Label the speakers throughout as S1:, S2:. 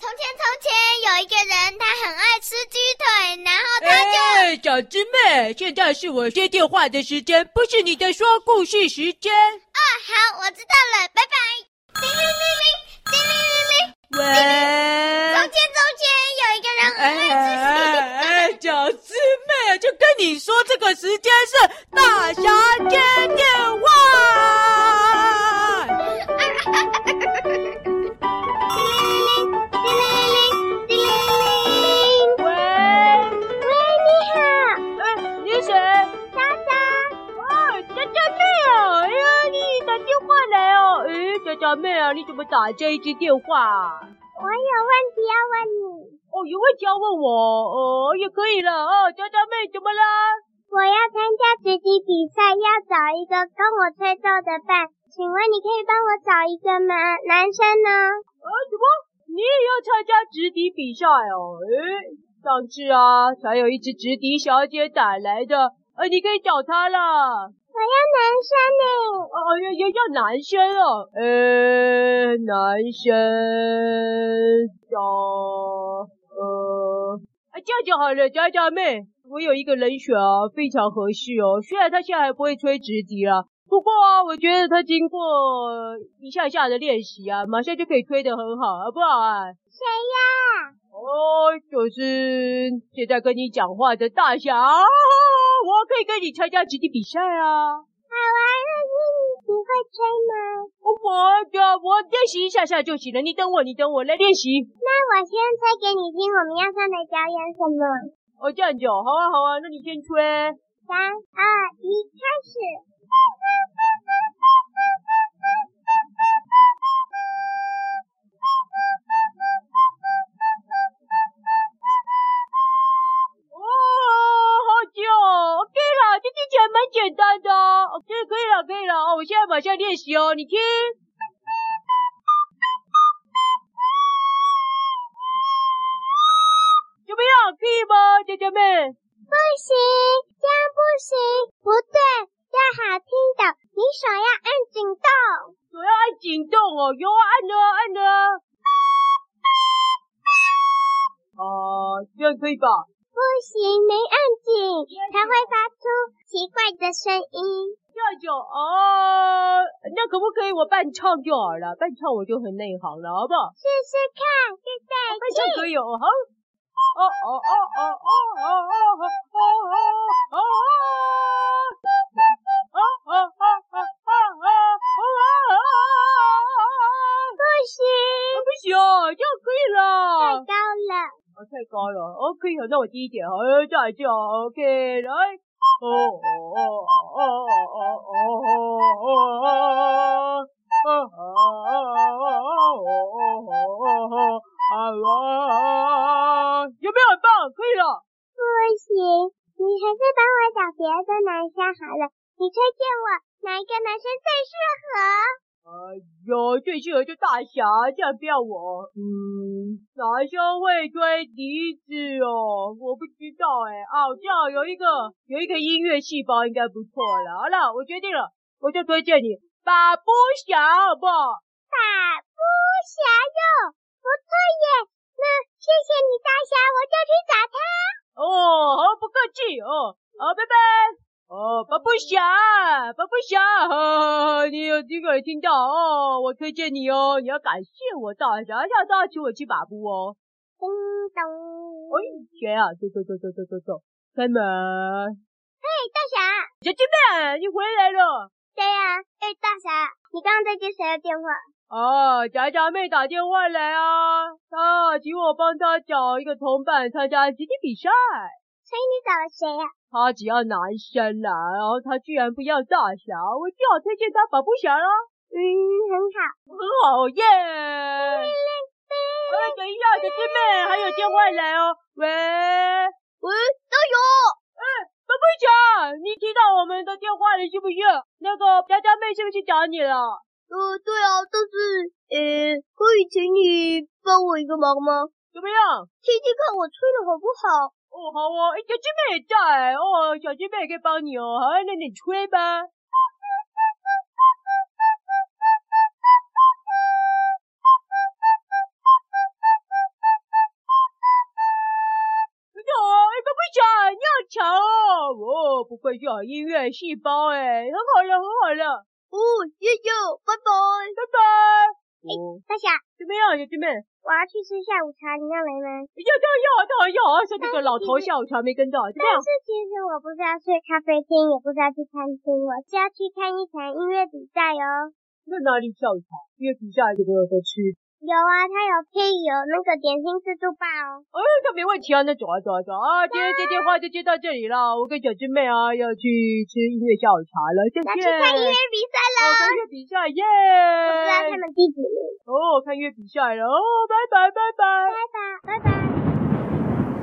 S1: 从前从前有一个人，他很爱吃鸡腿，然后他就、
S2: 哎，小师妹，现在是我接电话的时间，不是你的说故事时间。
S1: 哦好，我知道了，拜拜。叮铃铃铃，叮铃铃铃。
S2: 喂，
S1: 从
S2: 哎
S1: 前从前有一个人很爱吃鸡
S2: 哎哎，小师妹，就跟你说这个时间是大侠接电话。
S1: 叮铃铃，叮铃铃。
S2: 喂，
S1: 喂，你好，
S2: 哎，你谁？
S1: 莎莎。
S2: 哎，佳佳妹啊，哎呀，你打电话来哦。哎，佳佳妹啊，你怎么打这一支电话啊？
S1: 我有问题要问你，
S2: 哦，有问题要问我，哦，也可以了哦。佳佳妹，怎么啦？
S1: 我要参加直击比赛，要找一个跟我吹奏的伴，请问你可以帮我找一个吗？男生呢？
S2: 啊，什么？你也要参加直笛比赛哦？诶，上次啊，才有一只直笛小姐打来的，呃、你可以找她啦。
S1: 我要男生呢。
S2: 哦、啊，要要要男生哦，呃，男生找哦呃，啊，这样就好了，佳佳妹，我有一个人选啊，非常合适哦。虽然他现在还不会吹直笛啦，不过啊，我觉得他经过一下下的练习啊，马上就可以吹得很好，好不好啊？
S1: 谁呀？
S2: 哦，就是现在跟你讲话的大侠，我可以跟你参加直笛比赛啊。
S1: 好啊，那你你会吹吗？
S2: 哦我的，我练习一下下就行了。你等我，你等我来练习。
S1: 那我先吹给你听，我们要上台表演什么？
S2: 哦，这样子哦，好啊，好啊，那你先吹。
S1: 三二一，开始。
S2: 哦，好久哦，OK 啦，这听起来蛮简单的哦。OK，可以了，可以了。哦，我现在马上练习哦，你听。怎么样，可以吗，姐姐妹？
S1: 不行，这样不行，不对，要好听的，你手要按紧动。
S2: 我要按紧动哦，有啊，按了啊，按了啊。哦、这样可以吧？
S1: 不行，没按紧，它会发出奇怪的声音。
S2: 这样就哦，那可不可以我伴唱就好了？伴唱我就很内行了，好不好？
S1: 试试看，是再
S2: 伴
S1: 见。
S2: 唱可以哦，好。哦哦哦哦哦哦哦哦哦哦哦哦哦哦哦哦！
S1: 不行，
S2: 不行，这样可以
S1: 太高
S2: 了。
S1: 了。
S2: 我太高了，OK，好，那我低一点，好，再一次，OK，来，哦哦哦哦哦哦哦哦哦哦哦哦哦哦哦哦，有没有很棒？可以了，
S1: 不行，你还是帮我找别的男生好了。你推荐我哪一个男生最适合？
S2: 哎呦，最适合就大侠，这样不要我，嗯，哪兄会吹笛子哦？我不知道哎，啊，我知道有一个有一个音乐细胞应该不错了。好了，我决定了，我就推荐你把波侠，好不好？
S1: 法布侠肉，不错耶。那谢谢你，大侠，我就去找他。
S2: 哦，好，不客气哦，好，拜拜。哦，巴布侠，巴布侠，呵你有你有听到哦？我推荐你哦，你要感谢我大侠，下次要请我吃把布哦。
S1: 叮咚，
S2: 哎，谁啊？走走走走走走走，开门！
S1: 大侠，
S2: 小鸡妹，你回来了。
S1: 对呀、哎，大侠，你刚刚在接谁的电话？
S2: 哦，จ๋จ๋妹打电话来啊，她请我帮她找一个同伴参加集体比赛。
S1: 所以你找了谁呀、
S2: 她只要男生啦，然后她居然不要大侠，我只好推荐她保护侠啦，
S1: 嗯，很好。
S2: 很好耶。哎，等一下，小鸡妹，还有电话来哦。喂，保
S1: 喂，都有。
S2: 护侠，你听到我们的电话了是不是？那个จ๋จ๋妹是不是找你了？
S1: 呃，对啊，但是，呃，可以请你帮我一个忙吗？
S2: 怎么样？
S1: 听听看我吹的好不好？
S2: 哦，好哦，哎，小鸡妹也在哦，小鸡妹也可以帮你哦。好，那你吹吧。
S3: 哦
S2: 哦，不愧是好音乐细胞哎，很好了，很好了，
S3: 哦，谢谢，拜拜。
S2: 拜拜。哦，
S1: 大侠，
S2: 怎么样，姐妹？
S1: 我要去吃下午茶，你要来吗？
S2: 要要要当然要，像这个老头下午茶没跟到，怎么
S1: 但
S2: 样
S1: 是？其实我不是要去咖啡厅，也不是要去餐厅，我是要去看一场音乐比赛哦。
S2: 那哪里下午茶？因为底下有没有得吃？
S1: 有啊，它有配有那个点心自助吧哦。
S2: 哎，那没问题啊，那走啊走啊走啊！今天这电话就接到这里了，我跟小师妹啊要去吃音乐下午茶了，谢谢。
S1: 要去看音乐比赛
S2: 哦，
S1: 了，
S2: 看乐比赛耶！
S1: 不知道他们第几名。
S2: 哦，看乐比赛了哦，拜拜拜拜。
S1: 拜拜，拜拜。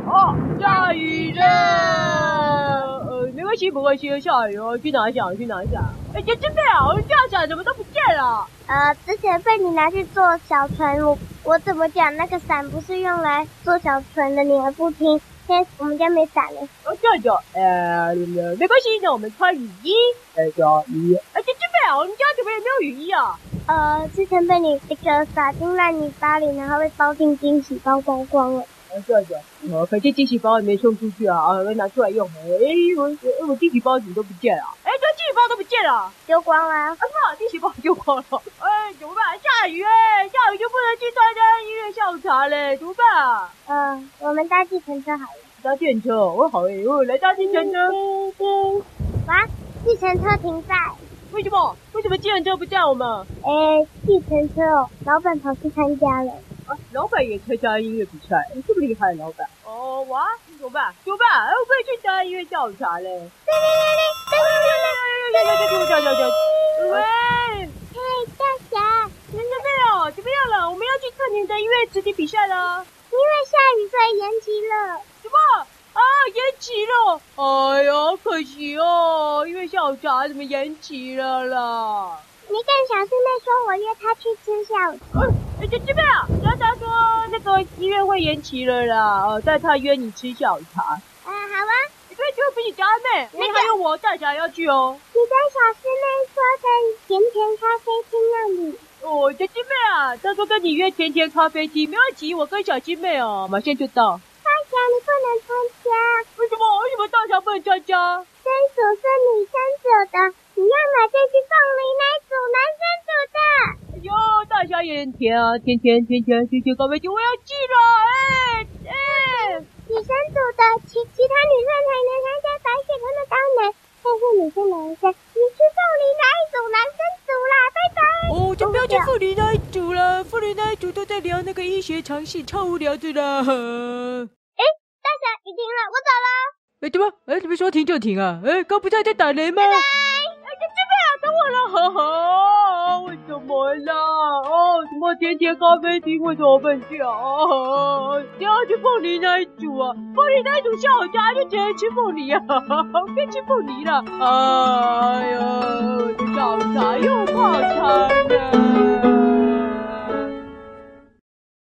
S2: 哦，下雨了。呃，没关系，没关系，下雨哦，去拿伞，去拿伞。哎，这真的啊，我下伞怎么都不见了？
S1: 呃，之前被你拿去做小船，我我怎么讲？那个伞不是用来做小船的，你还不听。现在我们家没伞了，
S2: 哦，这样子，呃，没关系，那我们穿雨衣。哎，穿雨衣。哎，这真的啊，我们家怎么也没有雨衣啊？
S1: 呃，之前被你那个撒进烂泥巴里，然后被包进惊喜包光光了。
S2: 啊，这样子，哦，可惜惊喜包也没送出去啊，啊，我拿出来用。哎，我我我惊喜包怎么都不见了？哎，这惊喜包都不见了。
S1: 丢光啦！
S2: 哎妈，惊喜包丢光了。哎，怎么办？下雨哎，下雨就不能去参加音乐下午茶嘞，怎么办啊？
S1: 呃，我们搭计程车好了。
S2: 搭电车哦，我好哎，我来搭计程车。
S1: 叮叮哇，计程车停在，
S2: 为什么？为什么计程车不载我们？
S1: 哎，计程车哦，老板跑去参加了。
S2: 啊，老板也参加音乐比赛，这么厉害的老板。哦，哇，怎么办？怎么办？哎，我可以去参加音乐下午茶嘞。喂，
S1: 嘿，大侠，
S2: 怎么样？怎么样了？我们要去看你的音乐实体比赛了。
S1: 因为下雨所以延期了。
S2: 什么？啊，延期了！哎呀，可惜哦，音乐下午茶怎么延期了啦？
S1: 你跟小师妹说，我约她去吃下午
S2: 哎，哎这这边啊，然后他说那个音乐会延期了啦，哦，但他约你吃下午茶。
S1: 啊，好啊，
S2: 你可以去比你家妹，你还有我大侠要去哦。
S1: 你跟小师妹说在甜甜咖啡厅那里。
S2: 哦，小师妹啊，他说跟你约甜甜咖啡厅，没问题，我跟小师妹哦，马上就到。
S1: 大侠，你不能参加，
S2: 为什么？为什么大侠不能参加？
S1: 这一组是女生组的，你要买这只凤梨那一组男生组的。
S2: 哎呦，大侠也很甜啊，甜甜甜甜甜甜咖啡厅，我要去了，哎哎。
S1: 女生组的，其其他女生才能参加，白雪他们当然。但是你是男生，你是凤梨哪一组男生组啦？拜拜。
S2: 哦，就不要去妇女那一组了，妇女那一组都在聊那个医学常识，超无聊的啦。
S1: 大侠，雨停了，我走了。
S2: 哎，怎么？哎，怎么说停就停啊？哎，刚不是还在打雷吗？哎，这这边啊，等我了，呵呵，为什么啦？哦，什么甜甜咖啡厅为什么不能去啊？哦，你要去凤梨那一组啊？凤梨那一组下午茶就只能吃凤梨啊，别吃凤梨了。哎呦，这下午茶又泡汤了。